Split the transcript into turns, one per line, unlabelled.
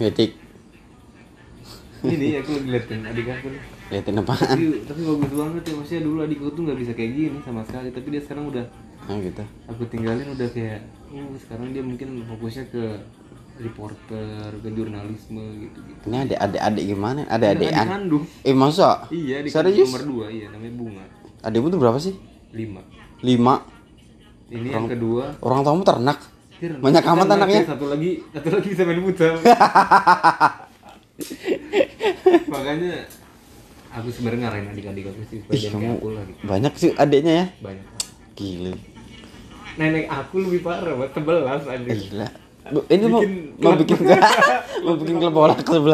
Ngetik.
ini aku ngeliatin adik aku nih.
Liatin apaan?
tapi, tapi bagus banget ya maksudnya dulu adikku tuh nggak bisa kayak gini sama sekali tapi dia sekarang udah
Nah gitu.
aku tinggalin udah kayak oh, sekarang dia mungkin fokusnya ke reporter ke jurnalisme gitu gitu
Ini ada adik-adik gimana? Ada adean?
kandung
Eh masa?
iya adik
Serius?
kandung nomor dua iya namanya bunga
Adikmu tuh berapa sih?
lima
Lima.
ini yang kedua
Orang tuamu ternak.
Tir,
Banyak
kita
amat
nanti
anaknya.
satu lagi satu lagi bisa main futsal makanya aku sebenarnya ngarahin adik-adik aku sih supaya
Ih,
jangan kayak aku lah gitu
Banyak sih adiknya ya.
banyak
Gila.
nenek aku lebih parah buat sebelas adik
Gila. Bu, Ini mau
Bikin
mau
klub.
bikin mau bikin klub bola ke sebelah.